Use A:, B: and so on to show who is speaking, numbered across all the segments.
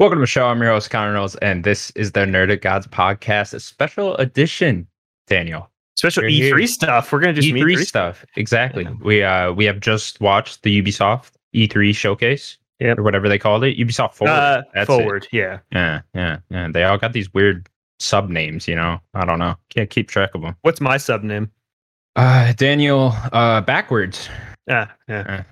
A: Welcome to the show. I'm your host, Connor Knowles, and this is the Nerd at Gods podcast, a special edition, Daniel.
B: Special
A: You're
B: E3
A: here.
B: stuff. We're gonna do some
A: E3
B: E3 stuff.
A: stuff. Exactly.
B: Yeah.
A: We uh we have just watched the Ubisoft E3 showcase.
B: Yep.
A: Or whatever they called it. Ubisoft Forward.
B: Uh,
A: That's it.
B: forward, yeah.
A: yeah, yeah, yeah. They all got these weird sub names, you know. I don't know. Can't keep track of them.
B: What's my sub name?
A: Uh Daniel, uh backwards.
B: Ah, yeah.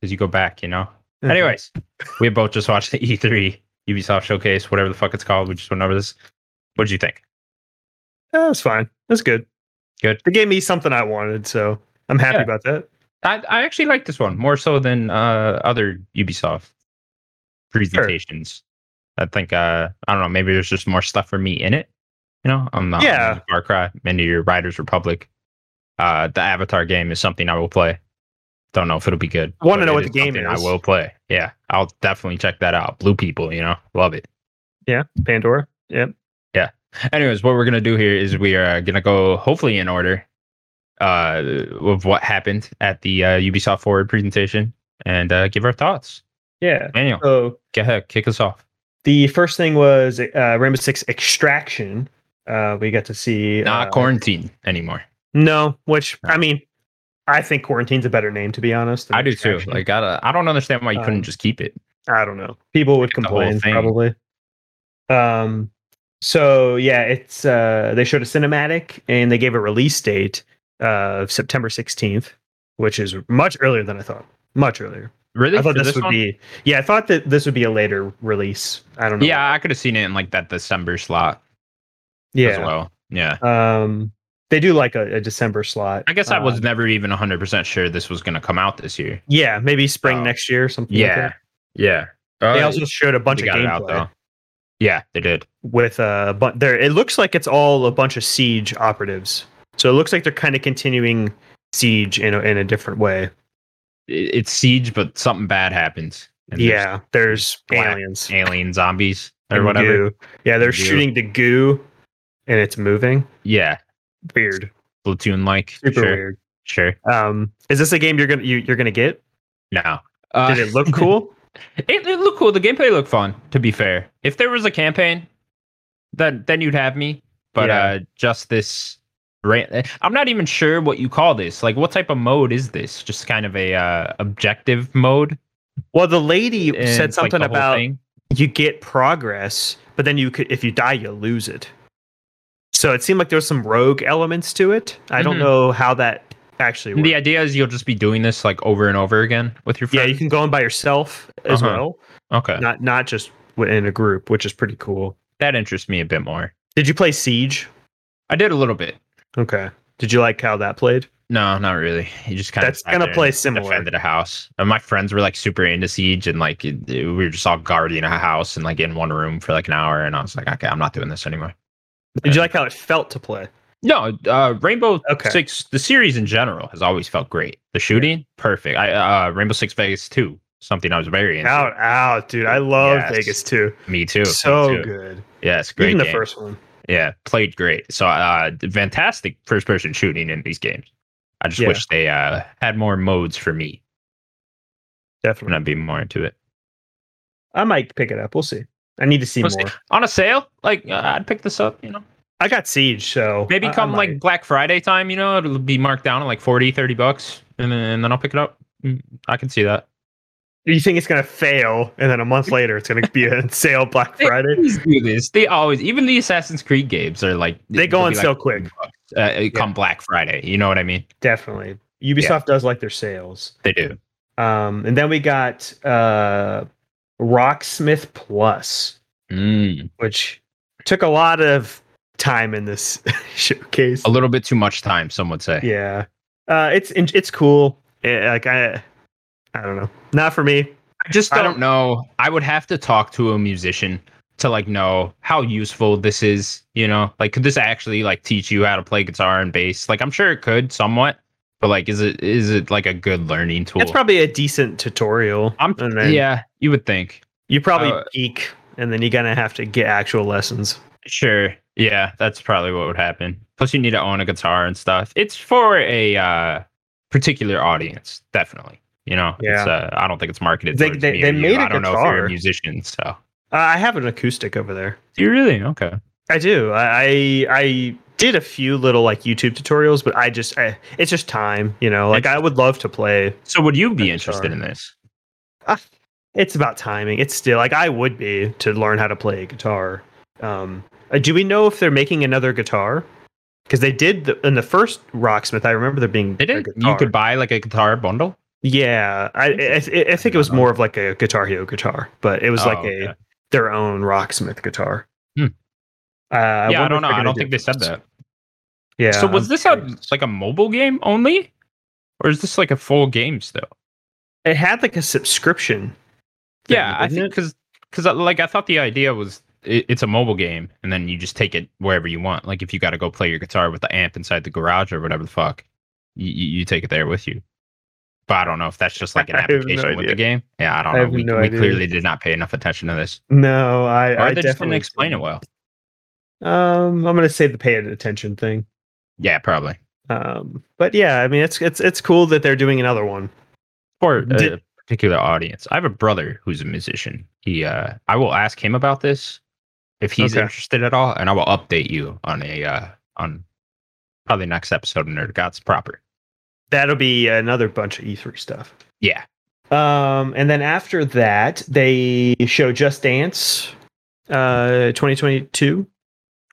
A: Because you go back, you know.
B: Mm-hmm.
A: Anyways, we both just watched the E3 Ubisoft showcase, whatever the fuck it's called. We just went over this. What'd you think?
B: that was fine. Eh, That's good.
A: Good.
B: They gave me something I wanted, so I'm happy
A: Yeah.
B: about that.
A: I, I actually like this one more so than uh, other Ubisoft presentations. I think uh, I don't know. Maybe there's just more stuff for me in it. You know, I'm not I'm
B: Yeah.
A: into Far Cry, I'm into your Riders Republic. Uh, the Avatar game is something I will play. Don't know if it'll be good.
B: Wanna
A: but
B: know
A: it
B: what the game
A: something
B: is.
A: I will play. Yeah, I'll definitely check that out. Blue people, you know, love it.
B: Yeah, Pandora.
A: Anyways, what we're gonna do here is we are gonna go hopefully in order uh, of what happened at the uh, Ubisoft Forward presentation and uh, give our thoughts.
B: Yeah.
A: Daniel,
B: So
A: go ahead, kick us off.
B: the first thing was uh, Rainbow Six Extraction. Uh, we got to see
A: Not
B: uh,
A: quarantine anymore.
B: No, which I mean, I think quarantine's a better name to be honest. than
A: I do too.
B: Extraction.
A: Like, I, uh, I don't understand why you couldn't
B: Um,
A: just keep it.
B: I don't know. People would
A: Like the whole
B: complain
A: thing.
B: probably. Um so yeah, it's uh they showed a cinematic and they gave a release date of September 16th, which is much earlier than I thought. Much earlier.
A: Really?
B: I thought
A: For
B: this, would
A: one?
B: be Yeah, I thought that this would be a later release. I don't know.
A: Yeah, I could have seen it in like that December slot as
B: Yeah.
A: well. Yeah.
B: Um they do like a, a December slot.
A: I guess I was
B: Um,
A: never even 100% sure this was going to come out this year.
B: Yeah, maybe spring
A: Oh.
B: next year or something like
A: Yeah.
B: that.
A: Yeah.
B: They
A: Uh,
B: also showed a bunch
A: they
B: of
A: got it out,
B: gameplay.
A: though. Yeah, they did.
B: with a but there it looks like it's all a bunch of siege operatives so it looks like they're kind of continuing siege in a, in a different way
A: It- It's Siege, but something bad happens. and there's
B: yeah there's
A: black
B: aliens
A: Alien zombies or
B: and
A: whatever.
B: goo. yeah they're
A: Goo.
B: shooting the goo and it's moving
A: Yeah.
B: weird
A: Platoon like. Sure.
B: super weird
A: Sure.
B: um is this a game you're gonna you, you're gonna get
A: No. Uh,
B: did it look cool
A: It, it looked cool. The gameplay looked fun. To be fair, if there was a campaign, then then you'd have me. But
B: Yeah.
A: uh, just this, rant, I'm not even sure what you call this. Like, what type of mode is this? Just kind of a uh, objective mode.
B: well the lady
A: And
B: said
A: it's like
B: something
A: the whole
B: about
A: thing?
B: you get progress but then you could if you die you lose it so it seemed like there was some rogue elements to it i don't
A: Mhm.
B: know how that actually works.
A: The idea is you'll just be doing this like over and over again with your
B: Yeah,
A: friends.
B: you can go in by yourself as
A: Uh-huh.
B: well,
A: okay,
B: not not just w- in a group, which is pretty cool.
A: that interests me a bit more.
B: Did you play Siege?
A: I did a little bit.
B: Okay. Did you like how that played?
A: No, not really. You just kind
B: That's
A: of
B: gonna play similar.
A: Defended a house, and my friends were like super into siege, and like it- it- we were just all guarding a house and like in one room for like an hour, and I was like, okay, I'm not doing this anymore.
B: Did you like how it felt to play?
A: No, uh, Rainbow
B: Okay.
A: Six, the series in general has always felt great. The shooting, perfect. I uh, Rainbow Six Vegas Two, something I was very into.
B: Out, out, dude. I love
A: Yes.
B: Vegas too.
A: Me too.
B: so
A: me too.
B: good.
A: Yes, great.
B: Even the
A: game.
B: first one.
A: Yeah, played great. So uh fantastic first person shooting in these games. I just
B: Yeah.
A: wish they uh had more modes for me and
B: Definitely.
A: I'd be more into it.
B: I might pick it up. We'll see. I need to see
A: We'll see.
B: more.
A: On a sale? Like uh, I'd pick this up, you know.
B: I got Siege, so
A: Maybe
B: I- I
A: come
B: might.
A: like Black Friday time, you know, it'll be marked down at like 40, 30 bucks and then, and then I'll pick it up. Mm, I can see that.
B: you think it's gonna fail, and then a month later it's gonna be a sale Black Friday.
A: They always do this. They always even the Assassin's Creed games are like
B: They go
A: they'll
B: on
A: be,
B: sale quick.
A: $40 bucks, Uh, come Black Friday, you know what I mean?
B: Definitely. Ubisoft does like their sales.
A: They do.
B: Um, and then we got uh, Rocksmith Plus,
A: Mm,
B: which took a lot of time in this showcase.
A: a little bit too much time, some would say.
B: Yeah, uh, it's in- it's cool. Eh, like I, I don't know, not for me.
A: I just
B: I
A: don't,
B: don't-
A: know. I would have to talk to a musician to like know how useful this is, you know? Like could this actually like teach you how to play guitar and bass? Like I'm sure it could somewhat, but like is it is it like a good learning tool?
B: It's probably a decent tutorial.
A: I'm-
B: and then
A: yeah, you would think.
B: you probably
A: Uh,
B: peak, and then you're gonna have to get actual lessons.
A: Sure. Yeah, that's probably what would happen. Plus you need to own a guitar and stuff. It's for a uh particular audience, definitely. You know, it's, uh, I don't think it's marketed.
B: They-
A: towards
B: they-
A: me
B: they
A: or you.
B: made a
A: I don't know if you're
B: guitar.
A: a musician, so
B: Uh, I have an acoustic over there.
A: You really okay?
B: I do. I I I did a few little like YouTube tutorials, but I just I, it's just time, you know. Like I would love to play.
A: So would you be
B: I'm
A: interested
B: sorry.
A: in this?
B: It's about timing. It's still like I would be to learn how to play a guitar. Um, uh, do we know if they're making another guitar? Because they did the, in the first Rocksmith. I remember there being
A: They
B: a
A: didn't. You
B: guitar.
A: could buy like a guitar bundle.
B: Yeah, I, I I I think it was more of like a Guitar Hero guitar, but it was
A: Oh,
B: like
A: okay.
B: a their own Rocksmith guitar.
A: Hmm.
B: Uh, I
A: yeah, I don't
B: wonder
A: know. I
B: if they're gonna
A: don't
B: do
A: think they said
B: those.
A: that.
B: Yeah.
A: so was
B: I'm
A: this a,
B: curious.
A: like a mobile game only, or is this like a full game still?
B: it had like a subscription? thing,
A: Yeah, I
B: didn't
A: think because because like I thought the idea was it, it's a mobile game and then you just take it wherever you want. Like if you got to go play your guitar with the amp inside the garage or whatever the fuck, you you you take it there with you. But I don't know if that's just like an
B: I have no
A: application with
B: idea.
A: the game. Yeah, I don't
B: I
A: know.
B: have
A: we
B: no
A: we
B: idea.
A: clearly did not pay enough attention to this,
B: it? No, I.
A: or
B: I
A: they just didn't
B: definitely
A: explain it well.
B: Um, I'm gonna say the pay attention thing.
A: Yeah, probably.
B: Um, but yeah, I mean, it's it's it's cool that they're doing another one.
A: for a
B: Did-
A: particular audience. I have a brother who's a musician. He, uh, I will ask him about this if he's
B: Okay.
A: interested at all, and I will update you on a uh, on probably next episode of Nerd Gods proper.
B: That'll be another bunch of E3 stuff.
A: Yeah,
B: Um, and then after that, they show Just Dance, uh, 2022.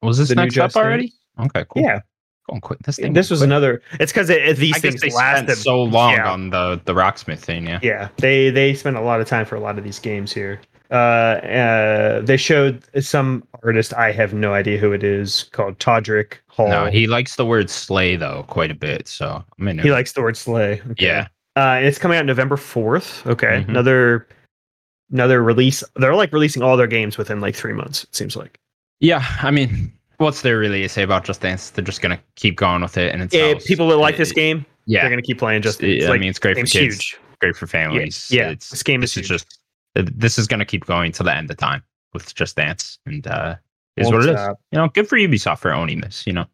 A: was this
B: The new
A: next up
B: Just Dance?
A: already? Okay, cool.
B: Yeah,
A: Going quick. This thing.
B: this was
A: quick.
B: another. It's because it, it- these
A: I guess
B: things
A: they
B: last
A: spent
B: them
A: so long
B: yeah.
A: on the the Rocksmith thing. Yeah.
B: Yeah, they they spend a lot of time for a lot of these games here. Uh, uh, they showed some artist I have no idea who it is called Todrick Hall.
A: No, he likes the word slay though quite a bit. So I'm into.
B: He
A: it.
B: likes the word sleigh. Okay.
A: yeah.
B: uh, and it's coming out November fourth. Okay,
A: Mhm.
B: another another release. They're like releasing all their games within like three months. It seems like.
A: Yeah. I mean, what's there really to say about Just Dance? They're just gonna keep going with it, and it's
B: Eh,
A: not-
B: people that like this
A: it-
B: game,
A: Yeah.
B: they're gonna keep playing. Just
A: It's-
B: it's
A: I
B: like,
A: mean, it's great for
B: game's
A: kids,
B: huge.
A: great for families.
B: Yeah,
A: it's,
B: this game is
A: this is
B: huge.
A: just uh, this is going to keep going to the end of time with Just Dance, and uh, is what it is.
B: Stop.
A: You know, good for Ubisoft for owning this. You know,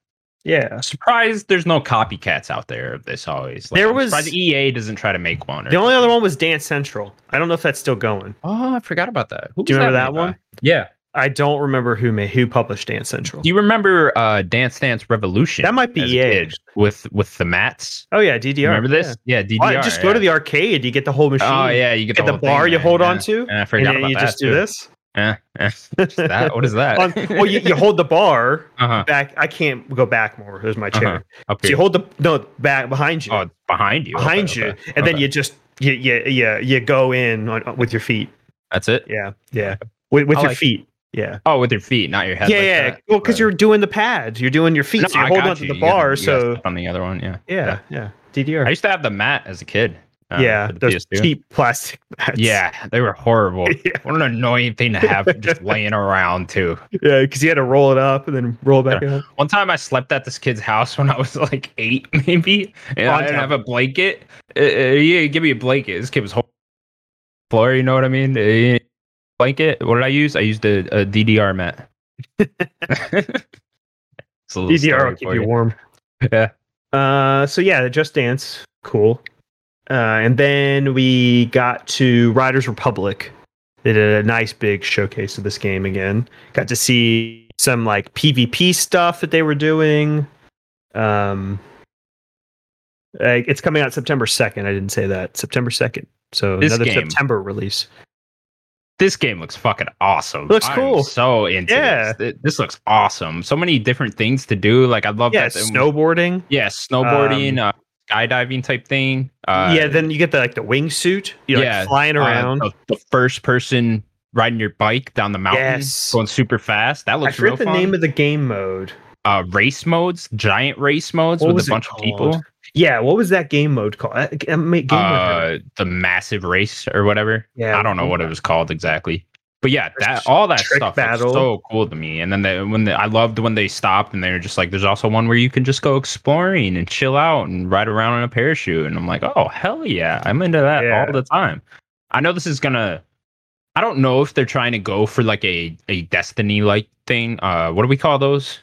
B: Yeah.
A: surprised there's no copycats out there of this. Always,
B: There
A: I'm
B: was-
A: surprised EA doesn't try to make one. or-
B: The only other one was Dance Central. I don't know if that's still going.
A: Oh, I forgot about that. Who
B: Do you
A: was
B: remember that
A: made
B: one?
A: by? Yeah.
B: I don't remember who made, who published Dance Central.
A: Do you remember uh, Dance Dance Revolution?
B: That might be E
A: as a
B: EA,
A: kid with with the mats.
B: oh yeah, DDR.
A: remember
B: yeah.
A: this? Yeah, DDR.
B: Why don't you just go
A: yeah.
B: to the arcade. You get the whole machine.
A: Oh yeah, you get
B: You get the,
A: whole thing
B: bar you
A: there,
B: hold
A: yeah.
B: on to,
A: And I
B: and
A: forgot
B: then
A: about
B: you
A: that
B: just
A: too.
B: do this.
A: Eh, eh. that? What is that?
B: On- well, you, you hold the bar
A: uh-huh.
B: back. I can't go back more. There's my chair.
A: Uh-huh. up
B: So you
A: here.
B: hold the no back behind you,
A: oh, it's behind you.
B: behind
A: Okay,
B: you,
A: okay,
B: and then
A: okay.
B: you just you you you, you go in on, with your feet.
A: That's it.
B: Yeah, yeah, with, with
A: I
B: your
A: like-
B: feet. Yeah.
A: Oh, with your feet, not your head.
B: Yeah,
A: like
B: yeah.
A: that.
B: Well, because
A: Right.
B: you're doing the pad, you're doing your feet,
A: No,
B: so you
A: I
B: hold
A: got
B: onto
A: you.
B: the
A: You gotta-
B: bar.
A: you gotta
B: so
A: step on the other one, yeah.
B: yeah, yeah,
A: I
B: DDR.
A: used to have the mat as a kid. uh,
B: yeah,
A: for the
B: those
A: PS2.
B: cheap plastic mats.
A: Yeah, they were horrible.
B: yeah,
A: What an annoying thing to have just laying around too.
B: because you had to roll it up and then roll it back up.
A: One time I slept at this kid's house when I was like eight, maybe, and
B: On
A: I didn't
B: top.
A: have a blanket. Uh, uh, yeah, give me a blanket. This kid was whole floor. You know what I mean? Uh, yeah. blanket. What did I use? I used a, a DDR mat. It's a little
B: DDR
A: story
B: will keep
A: for
B: you
A: you.
B: warm.
A: Yeah.
B: Uh, so yeah, Just Dance, cool. Uh, and then we got to Riders Republic. They did a nice big showcase of this game again. Got to see some like PvP stuff that they were doing. Um, like, it's coming out September second. I didn't say that September second. So
A: This
B: another
A: game.
B: September release.
A: this game looks fucking awesome.
B: Looks
A: I'm
B: cool.
A: So into
B: Yeah.
A: this. Th- This looks awesome. So many different things to do. Like I love
B: Yeah,
A: that. they-
B: snowboarding.
A: yeah, snowboarding, uh, skydiving type thing. Uh,
B: yeah, then you get the like the wingsuit. You're
A: yeah,
B: like flying
A: uh,
B: around.
A: the, the first person riding your bike down the mountain,
B: Yes.
A: going super fast. That
B: I
A: looks real
B: forget the
A: fun.
B: name of the game mode.
A: uh, race modes, giant race modes
B: What
A: with
B: was
A: a
B: it
A: bunch of people.
B: called? Yeah, what was that game mode called? Uh, g- uh, ma- game mode.
A: Uh, the massive race or whatever.
B: Yeah,
A: I don't know what it was called exactly. But yeah,
B: There's
A: that all that
B: trick
A: stuff
B: battle.
A: was so cool to me. And then they, when they, I loved when they stopped and they were just like, "There's also one where you can just go exploring and chill out and ride around in a parachute." And I'm like, "Oh hell yeah, I'm into that
B: Yeah.
A: all the time." I know this is gonna. I don't know if they're trying to go for like a a Destiny like thing. Uh, what do we call those?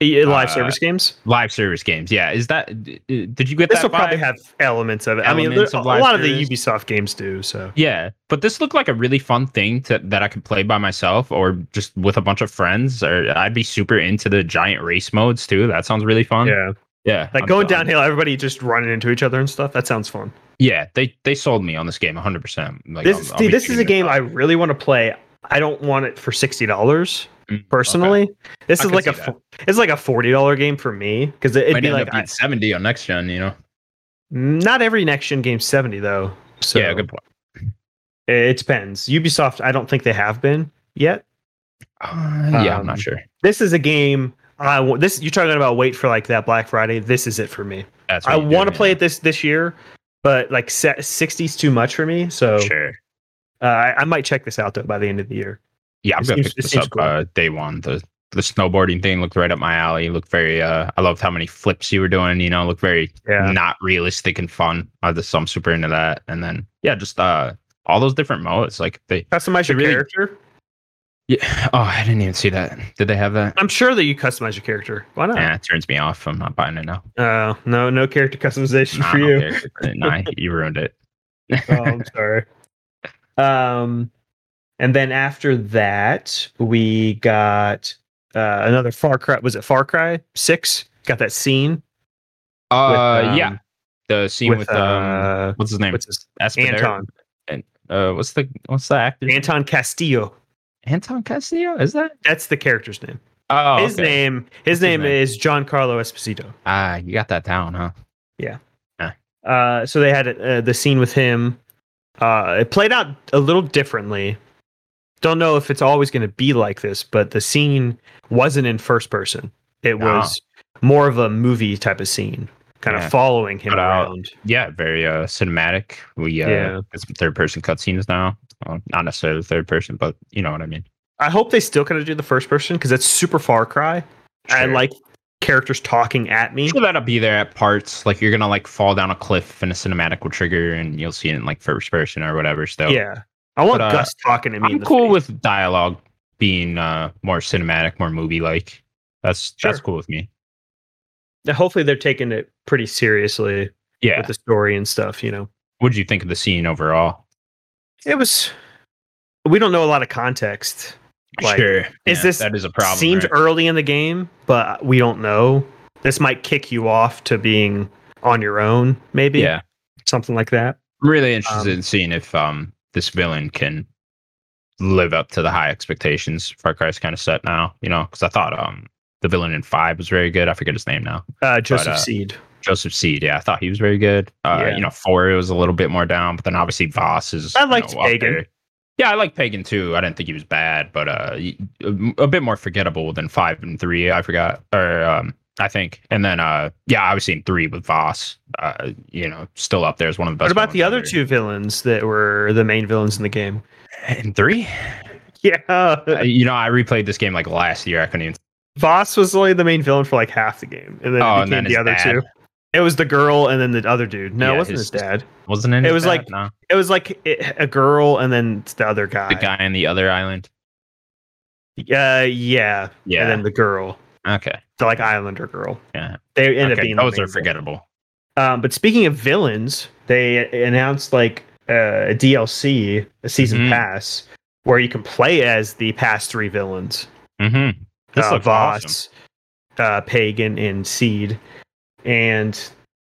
B: Eh, Live
A: Uh,
B: service games.
A: live service games. Yeah, is that? d- d- Did you get that?
B: This will probably
A: vibe?
B: have elements of it. I mean, there,
A: Elements
B: a
A: of live
B: lot of the
A: service.
B: Ubisoft games do. So
A: Yeah, but this looked like a really fun thing to, that I could play by myself or just with a bunch of friends. Or I'd be super into the giant race modes too. That sounds really fun.
B: yeah,
A: yeah.
B: like
A: I'm-
B: going
A: I'm-
B: downhill, everybody just running into each other and stuff. That sounds fun.
A: Yeah, they they sold me on this game 100. percent
B: this is- see, this is a game I really want to play. I don't want it for sixty dollars
A: Mm,
B: personally. This
A: I
B: is
A: could
B: like a
A: see
B: fo- it's like a forty dollar game for me because it,
A: It'd
B: would
A: Might
B: be
A: end
B: like
A: up being
B: I-
A: 70 on next gen. You know.
B: not every next gen game's seventy though. So
A: yeah, good point.
B: it, it depends. Ubisoft, I don't think they have been yet.
A: Uh, yeah, I'm
B: Um,
A: not sure.
B: This is a game. I wa- this you're talking about wait for like that Black Friday. This is it for me.
A: That's
B: I
A: what you
B: want to
A: do,
B: play
A: yeah.
B: it this this year, but like se- 60's too much for me. So
A: Sure.
B: uh, I, I might check this out though by the end of the year.
A: Yeah, I'm
B: It
A: gonna
B: seems-
A: pick
B: it
A: this
B: seems
A: up
B: cool.
A: uh, day one. The the snowboarding thing looked right up my alley. Looked very. uh I loved how many flips you were doing. You know, looked very
B: Yeah,
A: not realistic and fun. Uh, so I'm super into that. And then yeah, just uh all those different modes. Like they.
B: customize your
A: It really-
B: character.
A: Yeah. Oh, I didn't even see that. Did they have that?
B: I'm sure that you customize your character. Why not?
A: Yeah, it turns me off. I'm not buying it now.
B: Uh, no, no character customization
A: Nah, I
B: for
A: don't
B: you.
A: care. Nah, you ruined it.
B: oh, I'm sorry. Um, and then after that, we got uh, another Far Cry. Was it Far Cry Six? Got that scene?
A: Uh,
B: um,
A: yeah, the scene with, um,
B: uh,
A: what's his name?
B: what's his
A: Espadero?
B: Anton
A: Uh, what's the what's the actor?
B: Anton Castillo.
A: Anton Castillo? Is that?
B: That's the character's name.
A: Oh,
B: his
A: okay.
B: name. His
A: What's his
B: name,
A: name?
B: is John Carlo Esposito.
A: Ah, you got that down, huh?
B: Uh, so they had uh, the scene with him. Uh, it played out a little differently. Don't know if it's always going to be like this, but the scene wasn't in first person. It
A: Ah.
B: was more of a movie type of scene, kind
A: Yeah.
B: of following him
A: Cut out.
B: around.
A: Yeah, very uh cinematic. We uh,
B: Yeah.
A: yeah, it's third person cutscenes now. Well, not necessarily third person, but you know what I mean.
B: I hope they still kind of do the first person because that's super Far Cry. I
A: Sure.
B: like characters talking at me.
A: sure that'll be there at parts. Like you're gonna like fall down a cliff and a cinematic will trigger, and you'll see it in like first person or whatever. Still,
B: Yeah, I want
A: But, uh,
B: Gus talking to me. in
A: I'm
B: the
A: cool
B: face.
A: with dialogue being uh more cinematic, more movie like. That's that's
B: Sure.
A: cool with me.
B: Hopefully, they're taking it pretty seriously
A: Yeah.
B: with the story and stuff. You know.
A: What'd you think of the scene overall?
B: it was we don't know a lot of context Like, is this
A: that is a problem?
B: seems
A: right?
B: early in the game but we don't know this might kick you off to being on your own maybe
A: yeah.
B: something like that
A: I'm really interested
B: Um,
A: in seeing if um this villain can live up to the high expectations Far Cry's kind of set now. You know, because I thought um the villain in five was very good. I forget his name now.
B: uh joseph
A: uh,
B: seed
A: Joseph Seed, yeah, I thought he was very good. Uh,
B: Yeah.
A: You know, four it was a little bit more down, but then obviously Voss is.
B: I
A: you
B: liked
A: know, up
B: Pagan.
A: there. Yeah, I like Pagan too. I didn't think he was bad, but uh, y- a bit more forgettable than five and three. I forgot, or um, I think, and then uh, yeah, obviously in three with Voss, uh, you know, still up there as one of the best.
B: what about
A: villains
B: the other
A: ever.
B: two villains that were the main villains in the game
A: In three, Uh,
B: yeah
A: you know, I replayed this game like last year. I couldn't even.
B: voss was only the main villain for like half the game and then
A: Oh,
B: it
A: and then
B: became the
A: his
B: other
A: dad.
B: two it was the girl and then the other dude no
A: Yeah,
B: it wasn't
A: his-
B: his dad
A: Wasn't it?
B: It was like
A: no,
B: it was like it, a girl and then it's the other guy
A: the guy on the other island.
B: uh, yeah and
A: Yeah.
B: then the girl
A: okay.
B: the like Islander girl.
A: Yeah.
B: They ended up
A: okay.
B: being
A: Those
B: the
A: are
B: main villain.
A: forgettable.
B: Um, but speaking of villains, they announced like uh, a DLC, a season
A: Mhm.
B: pass, where you can play as the past three villains:
A: Mm-hmm. This
B: uh,
A: looks
B: Voss,
A: awesome.
B: uh, Pagan, and Seed, and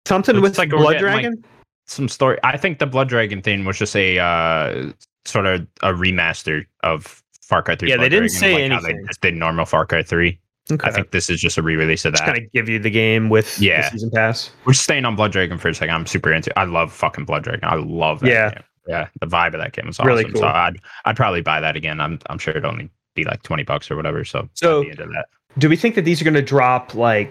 B: something
A: Looks
B: with
A: like we're
B: like Blood
A: getting, like-
B: Dragon.
A: some story. I think the Blood Dragon thing was just a uh, sort of a remaster of Far Cry 3.
B: Yeah,
A: Blood
B: they didn't
A: Dragon,
B: say
A: like how they
B: anything.
A: just did normal Far Cry 3.
B: okay.
A: I think this is just a re-release of
B: just
A: that.
B: kind of give you the game with the
A: Yeah.
B: season pass.
A: We're staying on Blood Dragon for a second. I'm super into. I love fucking Blood Dragon. I love that.
B: Yeah.
A: game. yeah. The vibe of that game is awesome.
B: Really cool.
A: So I'd I'd probably buy that again. I'm I'm sure it'd only be like twenty bucks or whatever. So
B: So-
A: I'd be into that.
B: Do we think that these are going to drop like?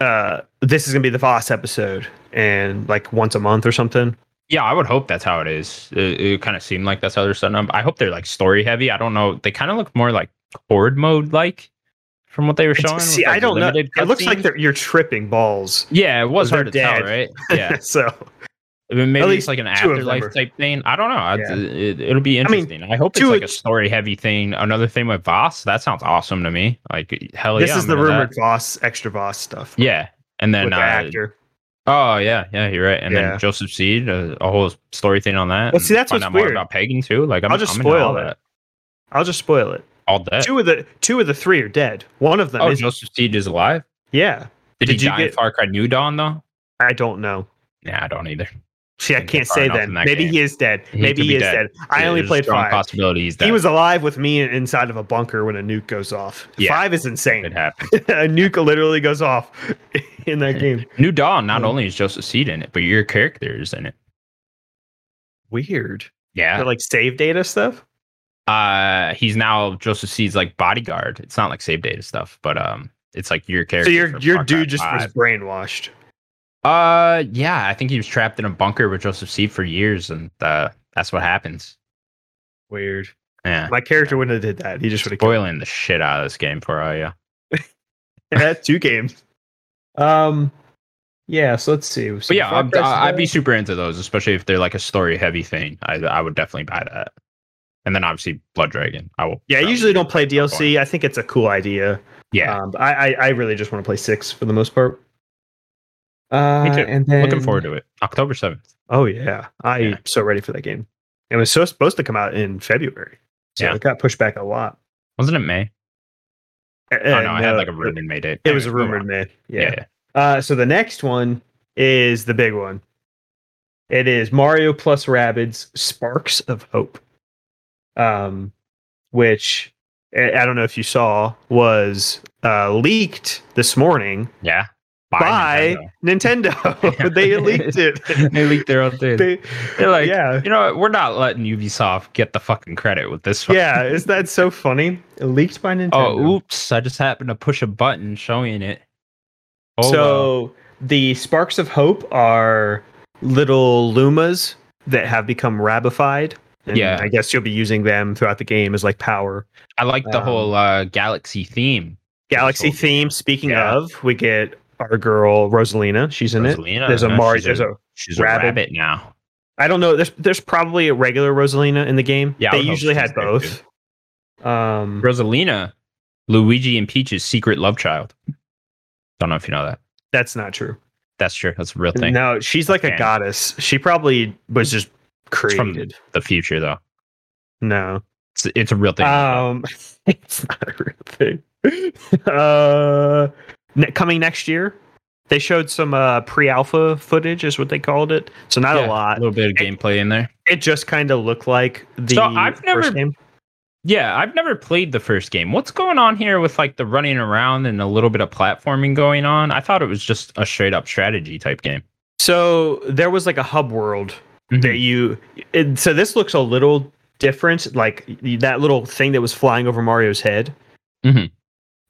B: Uh, this is gonna be the Voss episode, and like once a month or something.
A: Yeah, I would hope that's how it is. It, it kind of seemed like that's how they're setting up. I hope they're like story heavy. I don't know. They kind of look more like horde mode like from what they were
B: It's-
A: showing. with,
B: See,
A: like,
B: I don't know.
A: limited
B: It looks like
A: cutscenes.
B: they're, you're tripping balls.
A: Yeah, it was
B: They're
A: hard to
B: dead.
A: tell, right? Yeah,
B: so
A: I mean, maybe it's
B: least
A: like an
B: two of them
A: afterlife
B: are-
A: type thing. I don't know. I-
B: Yeah.
A: It, will be
B: mean,
A: interesting. I, hope it's
B: two
A: like
B: of-
A: a story heavy thing. Another thing with Voss. That sounds awesome to me. Like hell
B: this
A: Oh, yeah.
B: is
A: I'm
B: the
A: into that.
B: rumored Voss, extra Voss stuff.
A: Yeah, and
B: with
A: then
B: the
A: uh,
B: actor.
A: oh yeah, yeah, you're right. And
B: Yeah.
A: then Joseph Seed, uh, a whole story thing on that.
B: Well,
A: and
B: see, that's
A: find
B: what's
A: out more
B: weird.
A: about Pagan too. Like I'm,
B: I'll just
A: I'm into all
B: spoil it.
A: that.
B: I'll just spoil it.
A: All that.
B: Two of the two of the three are dead. One of them
A: Eh. Oh,
B: is
A: Joseph Seed is alive.
B: yeah.
A: Did,
B: Did
A: he
B: you
A: die in
B: get-
A: Far Cry New Dawn though?
B: I don't know.
A: Nah, I don't either.
B: See, I
A: Didn't get
B: can't
A: far
B: say
A: enough
B: then.
A: in that
B: Maybe
A: game.
B: he is dead.
A: He
B: Maybe
A: could
B: he
A: be
B: is
A: dead.
B: dead. I
A: Yeah,
B: only
A: there's a
B: played
A: strong
B: five.
A: Possibility he's dead.
B: He was alive with me inside of a bunker when a nuke goes off.
A: Yeah.
B: Five is
A: Could
B: insane.
A: happen.
B: a nuke literally goes off in that game.
A: New Dawn, not
B: Yeah.
A: only is Joseph Seed in it, but your character is in it.
B: Weird.
A: Yeah.
B: But, like save data stuff.
A: Uh he's now Joseph Seed's like bodyguard. It's not like save data stuff, but um it's like your
B: So
A: character.
B: your
A: from
B: your
A: Far Cry
B: dude just was
A: 5.
B: brainwashed.
A: Uh yeah, I think he was trapped in a bunker with Joseph Seed for years and uh that's what happens.
B: Weird.
A: Yeah.
B: My character wouldn't have did that. He just would have
A: Spoiling the shit out of this game for all you.
B: had two games. Um, yeah. So let's see. So
A: But yeah,
B: Far
A: I'd,
B: Cry's
A: I'd be
B: dead.
A: super into those, especially if they're like a story heavy thing. I I would definitely buy that. And then obviously Blood Dragon. I will
B: Yeah, I
A: probably
B: usually
A: do
B: don't play
A: at some point.
B: DLC. I think it's a cool idea.
A: Yeah.
B: Um, but I, I I really just want to play six for the most part. Uh, um,
A: Me too.
B: And then,
A: Looking forward to it. October 7th.
B: Oh yeah, I'm
A: Yeah.
B: so ready for that game. It was so supposed to come out in February, so
A: Yeah.
B: it got pushed back a lot.
A: Wasn't it May?
B: Uh,
A: oh no, I had like a
B: it-
A: rumored May date.
B: It was a
A: Anyway,
B: rumored man.
A: Yeah.
B: Yeah. Uh, so the next one is the big one. It is Mario plus Rabbids Sparks of Hope, um, which I I don't know if you saw was uh, leaked this morning
A: yeah.
B: by Nintendo.
A: Yeah.
B: they leaked it.
A: Nintendo. they leaked their own thing.
B: They,
A: They're like,
B: yeah,
A: you know, what? we're not letting Ubisoft get the fucking credit with this one.
B: yeah. Is that so funny? Leaked by Nintendo.
A: Oh, oops! I just happened to push a button showing it. Oh, well.
B: so the sparks of hope are little lumas that have become rabified. And
A: Yeah.
B: I guess you'll be using them throughout the game as like power.
A: I like the
B: um,
A: whole uh, galaxy theme.
B: Galaxy
A: Soldier.
B: theme. Speaking
A: Yeah.
B: of, we get our girl Rosalina. She's in
A: Rosalina,
B: it. There's a
A: huh?
B: Mario.
A: She's a-
B: There's a.
A: She's a
B: rabbit.
A: rabbit, now.
B: I don't know. There's there's probably a regular Rosalina in the game.
A: Yeah, I
B: They
A: would hope
B: usually
A: she's
B: had
A: there,
B: both. Um.
A: Rosalina, Luigi and Peach's secret love child. Don't know if you know that.
B: That's not true.
A: That's true. That's a real thing.
B: No, she's like a
A: Okay.
B: goddess. She probably was just
A: from-
B: created.
A: The future, though,
B: No.
A: it's, it's a real thing.
B: Um, it's not a real thing. uh, ne- coming next year, they showed some uh, pre-alpha footage, is what they called it. So not
A: Yeah, A
B: a lot.
A: little bit of gameplay in there.
B: It just kind of looked like the
A: So I've never-
B: first game.
A: Yeah, I've never played the first game. What's going on here with like the running around and a little bit of platforming going on? I thought it was just a straight up strategy type game.
B: So there was like a hub world that you. It, so this looks a little different. Like y- that little thing that was flying over Mario's head Mm-hmm.
A: Mhm.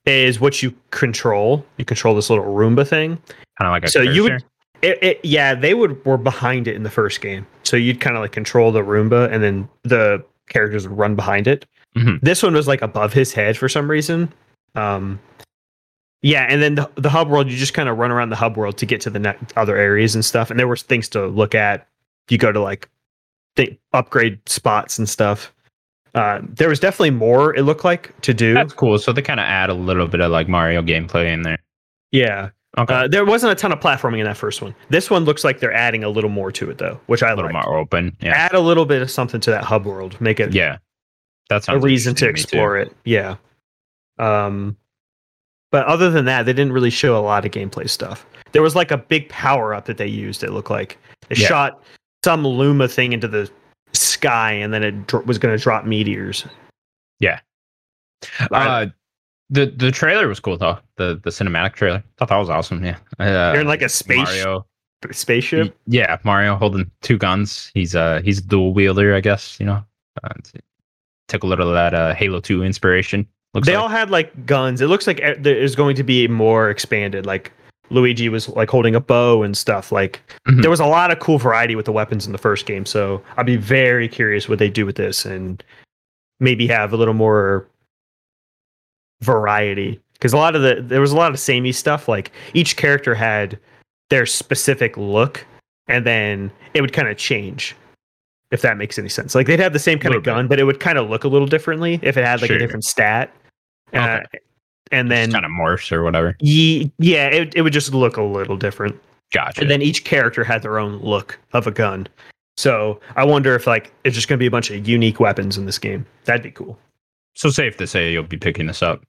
B: is what you control. You control this little Roomba thing.
A: Kind of like a
B: so
A: cursor.
B: you would it, it, yeah they would were behind it in the first game so you'd kind of like control the roomba and then the characters would run behind it
A: Mhm.
B: this one was like above his head for some reason um yeah and then the, the hub world you just kind of run around the hub world to get to the ne- other areas and stuff and there were things to look at you go to like th- upgrade spots and stuff uh, there was definitely more it looked like to do
A: That's cool. So they kind of add a little bit of like Mario gameplay in there.
B: yeah
A: Okay.
B: Uh, there wasn't a ton of platforming in that first one. This one looks like they're adding a little more to it, though, which I
A: a little
B: like.
A: more open. Yeah.
B: Add a little bit of something to that hub world, make it
A: Yeah. That
B: a
A: sounds
B: reason to
A: interesting me too.
B: explore it. Yeah. Um, but other than that, they didn't really show a lot of gameplay stuff. There was like a big power up that they used. It looked like they
A: Yeah.
B: shot some Luma thing into the sky, and then it dro- was going to drop meteors.
A: Yeah.
B: I-
A: Uh, the the trailer was cool though. The the cinematic trailer. Thought that was awesome. Yeah. Uh,
B: they're in like a space
A: Mario.
B: spaceship.
A: Y- Yeah, Mario holding two guns. He's uh he's a dual wielder, I guess. You know, uh, it's- took a little of that uh, Halo Two inspiration. Looks
B: they
A: like.
B: all had like guns. It looks like e- there's going to be more expanded. Like Luigi was like holding a bow and stuff. Like
A: Mhm.
B: there was a lot of cool variety with the weapons in the first game. So I'd be very curious what they do with this and maybe have a little more variety because a lot of the there was a lot of samey stuff. Like each character had their specific look and then it would kind of change if that makes any sense like they'd have the same kind
A: Little
B: of
A: bit.
B: gun but it would kind of look a little differently if it had like
A: Sure.
B: a different stat uh, and then
A: kind of morphs or whatever.
B: ye- yeah it, it would just look a little different
A: Gotcha.
B: and then each character had their own look of a gun so i wonder if like it's just going to be a bunch of unique weapons in this game that'd be cool
A: so safe to say you'll be picking this up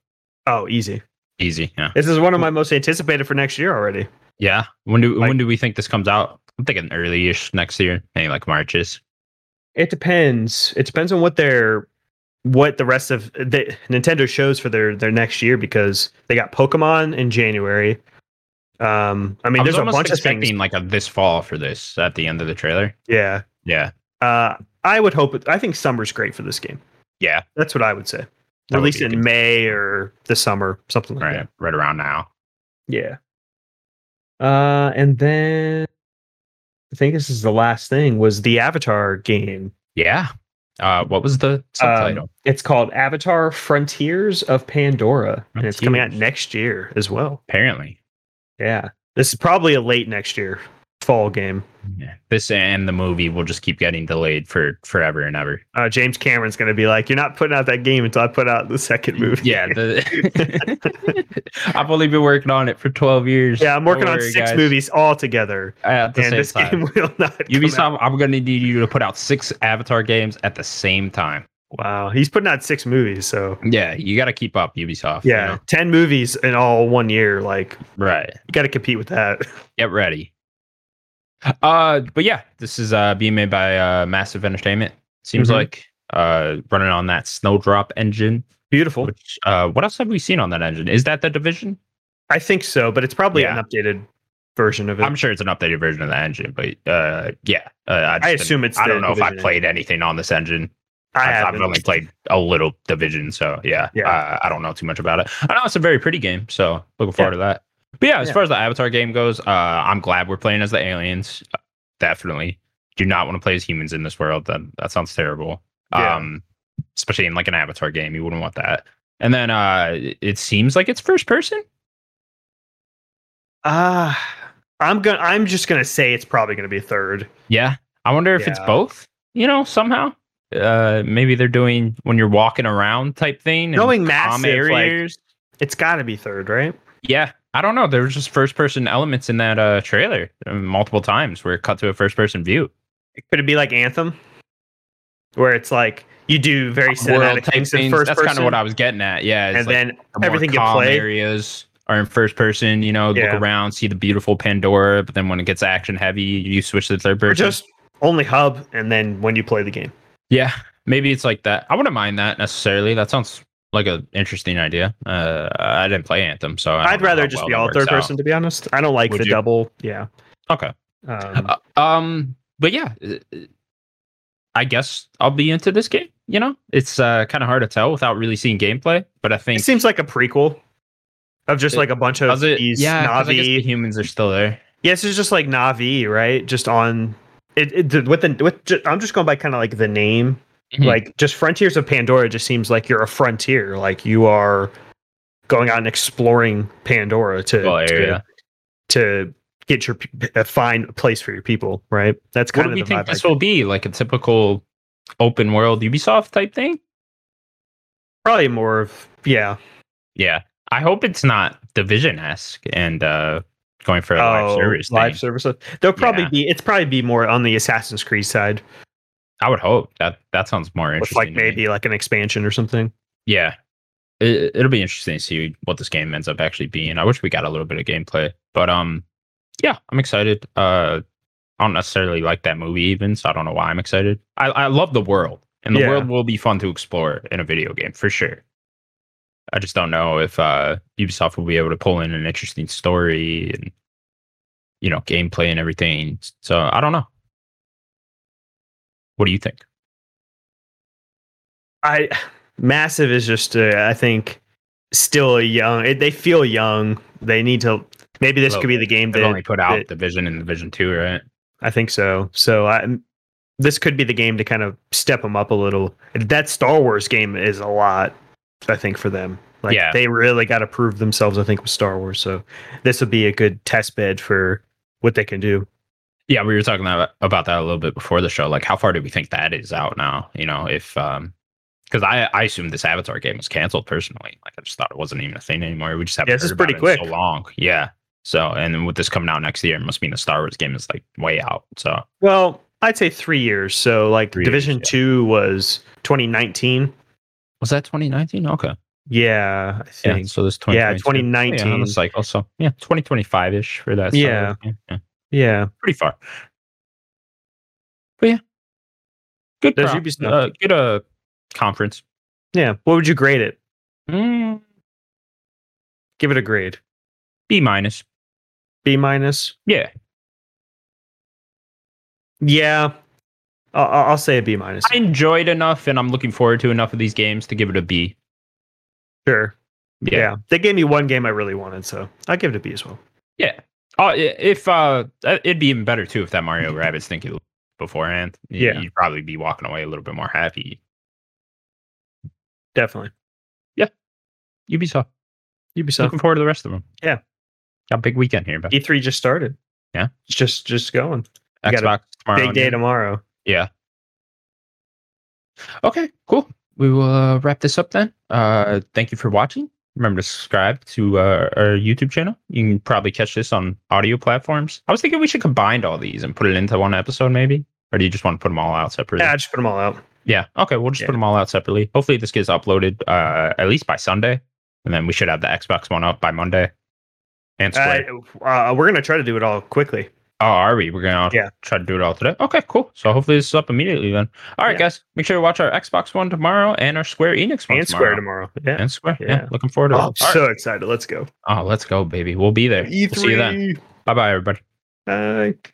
B: oh easy
A: easy. Yeah.
B: this is one of my most anticipated for next year already
A: Yeah. When do
B: Like-
A: when do we think this comes out? I'm thinking early-ish next year, maybe like March-ish.
B: It depends. It depends on what their what the rest of the Nintendo shows for their their next year because they got Pokemon in January. Um, I mean,
A: I was
B: there's a
A: almost
B: bunch of
A: expecting
B: things.
A: like a this fall for this at the end of the trailer.
B: Yeah,
A: Yeah.
B: uh, I would hope. It, I think summer's great for this game.
A: Yeah.
B: That's what I would say.
A: That would
B: Release
A: be a
B: in
A: good-
B: May or the summer, something like
A: Right.
B: that.
A: Right around now.
B: Yeah. Uh, and then I think this is the last thing was the Avatar game.
A: Yeah. Uh, what was the subtitle?
B: It's called Avatar Frontiers of Pandora, and it's coming out
A: Frontiers.
B: next year as well.
A: Apparently.
B: Yeah. This is probably a late next year fall game.
A: Yeah. This and the movie will just keep getting delayed for forever and ever.
B: Uh, James Cameron's going to be like, You're not putting out that game until I put out the second movie.
A: Yeah. The I've only been working on it for 12 years.
B: Yeah, I'm
A: Don't
B: working on
A: worry,
B: six
A: guys.
B: movies all together.
A: At the
B: And
A: same
B: this
A: time.
B: game will not. come out.
A: Ubisoft, I'm going to need you to put out six Avatar games at the same time.
B: Wow. He's putting out six movies. So,
A: Yeah, you got to keep up, Ubisoft. you
B: yeah,
A: know?
B: 10 movies in all one year. Like,
A: right.
B: you got to compete with that.
A: Get ready. Uh, but yeah, this is uh being made by uh Massive Entertainment. Seems
B: Mhm.
A: like uh running on that Snowdrop engine.
B: Beautiful.
A: Which uh, what else have we seen on that engine? Is that the Division?
B: I think so, but it's probably
A: Yeah.
B: an updated version of it.
A: I'm sure it's an updated version of the engine, but uh, yeah, uh, I, just
B: I
A: didn't-
B: assume it's.
A: I
B: the
A: don't know if I
B: Division.
A: played anything on this engine.
B: I
A: I've-
B: haven't.
A: I've only played a little Division, so yeah,
B: Yeah.
A: Uh, I don't know too much about it. I know it's a very pretty game, so looking forward to that. But yeah, as
B: Yeah.
A: far as the Avatar game goes, uh, I'm glad we're playing as the aliens. Uh, Definitely, do not want to play as humans in this world. That that sounds terrible.
B: Yeah.
A: Um, especially in like an Avatar game, you wouldn't want that. And then uh, it- it seems like it's first person.
B: Uh I'm gonna I'm just gonna say it's probably gonna be third.
A: Yeah. I wonder if it's
B: Yeah.
A: both, you know, somehow. Uh maybe they're doing when you're walking around type thing. and
B: Knowing
A: calm
B: massive, like,
A: areas.
B: it's gotta be third, right?
A: yeah. I don't know. There was just first person elements in that uh trailer uh, multiple times where it cut to a first person view.
B: Could it be like Anthem? Where it's like you do very cinematic things in first
A: That's
B: person.
A: kind of what I was getting at. Yeah. like
B: and then
A: the more
B: everything you
A: calm
B: play.
A: areas are in first person, you know,
B: Yeah.
A: look around, see the beautiful Pandora, but then when it gets action heavy, you switch to third
B: or
A: person.
B: just only hub and then when you play the game.
A: Yeah, maybe it's like that. I wouldn't mind that necessarily. That sounds like an interesting idea. Uh, I didn't play Anthem, so I don't
B: I'd
A: know
B: rather
A: how
B: just
A: well
B: be
A: that
B: all
A: works out.
B: third person to be honest. I don't like
A: Would
B: the
A: you?
B: double yeah.
A: Okay.
B: Um,
A: Uh, um, but yeah, uh, I guess I'll be into this game. You know, it's uh, kind of hard to tell without really seeing gameplay, but I
B: it
A: think
B: seems like a prequel of just
A: It-
B: like a bunch of
A: does it?
B: these
A: Yeah, 'cause I guess the
B: Navi
A: humans are still there.
B: Yes, it's just like Navi, right? Just on it, it the- with the with. ju- I'm just going by kind of like the name,
A: Mhm.
B: like just Frontiers of Pandora. Just seems like you're a frontier, like you are going out and exploring Pandora to
A: Well,
B: to,
A: area.
B: to get your pe- uh, find a place for your people, right? That's
A: What
B: kind
A: do
B: of
A: we
B: the
A: think
B: vibe. I
A: this
B: get.
A: will be? Like a typical open world Ubisoft type thing?
B: Probably more of yeah.
A: Yeah, I hope it's not division esque and uh, going for a live
B: Oh,
A: service.
B: live
A: thing.
B: service. There'll probably
A: Yeah.
B: be it's probably be more on the Assassin's Creed side,
A: I would hope that that sounds more
B: with
A: interesting.
B: like
A: to me.
B: maybe like an expansion or something.
A: yeah, it, it'll be interesting to see what this game ends up actually being. I wish we got a little bit of gameplay, but um, yeah, I'm excited. Uh, I don't necessarily like that movie even, so I don't know why I'm excited. I I love the world, and the
B: Yeah.
A: world will be fun to explore in a video game for sure. I just don't know if uh, Ubisoft will be able to pull in an interesting story and you know gameplay and everything. So I don't know. What do you think?
B: I massive is just uh, I think still a young. It, they feel young. They need to. Maybe this could be the game
A: They've
B: that
A: only put out
B: that-
A: the Division and Division Two, right?
B: I think so. So I, this could be the game to kind of step them up a little. That Star Wars game is a lot. I think for them, like
A: Yeah.
B: they really got to prove themselves. I think with Star Wars, so this would be a good test bed for what they can do.
A: yeah, we were talking about, about that a little bit before the show. Like, how far do we think that is out now? You know, if um, because I I assumed this Avatar game was canceled personally. Like, I just thought it wasn't even a thing anymore. We just haven't.
B: Yeah, this
A: heard
B: is
A: about
B: pretty
A: it in
B: quick.
A: So long, yeah. So, and then with this coming out next year, it must mean the Star Wars game is like way out. So,
B: Well, I'd say three years. So like
A: Three years,
B: Division
A: yeah.
B: Two was 2019.
A: was that 2019? Okay,
B: Yeah, I
A: yeah.
B: think.
A: So this
B: Yeah,
A: 2022. yeah, on the
B: 2019.
A: cycle. So yeah, 2025 ish for that. Star
B: Yeah.
A: Wars game. yeah,
B: Yeah,
A: pretty far. But yeah, good.
B: There's
A: prop.
B: Ubisoft.
A: Uh, good uh, conference.
B: yeah. What would you grade it?
A: Mm,
B: Give it a grade.
A: B minus.
B: B minus.
A: Yeah.
B: Yeah, I'll, I'll say a B minus.
A: I enjoyed enough and I'm looking forward to enough of these games to give it a B.
B: Sure.
A: Yeah.
B: yeah, they gave me one game I really wanted, so I'll give it a B as well.
A: Yeah. Oh, i- if uh, it'd be even better too if that Mario Rabbits thing you beforehand. Y-
B: Yeah.
A: You'd probably be walking away a little bit more happy.
B: Definitely.
A: Ubisoft.
B: Ubisoft.
A: Looking forward to the rest of them.
B: Yeah.
A: Got a big weekend here, but
B: E3 E just started.
A: Yeah.
B: It's just just going. got a
A: Xbox tomorrow.
B: Big day
A: noon.
B: tomorrow.
A: Yeah. Okay, cool. We will uh, wrap this up then. Uh, thank you for watching. Remember to subscribe to uh, our YouTube channel. You can probably catch this on audio platforms. I was thinking we should combine all these and put it into one episode, maybe. Or do you just want to put them all out separately?
B: Yeah, I just put them all out.
A: Yeah. Okay. We'll just
B: Yeah.
A: put them all out separately. Hopefully, this gets uploaded uh, at least by Sunday, and then we should have the Xbox One up by Monday. And Square.
B: Uh, uh, we're gonna try to do it all quickly.
A: oh, are we? We're gonna
B: Yeah.
A: try to do it all today. Okay. Cool. So hopefully, this is up immediately then. All right,
B: Yeah.
A: guys. Make sure to watch our Xbox One tomorrow and our Square Enix one
B: and Square tomorrow. Yeah.
A: And Square. Oh, Yeah.
B: Yeah.
A: Looking forward to
B: Oh,
A: it.
B: I'm
A: All
B: so excited. Let's go. E
A: right. Oh, let's go, baby. We'll be there. We'll see you then. E Bye, bye, everybody.
B: Bye.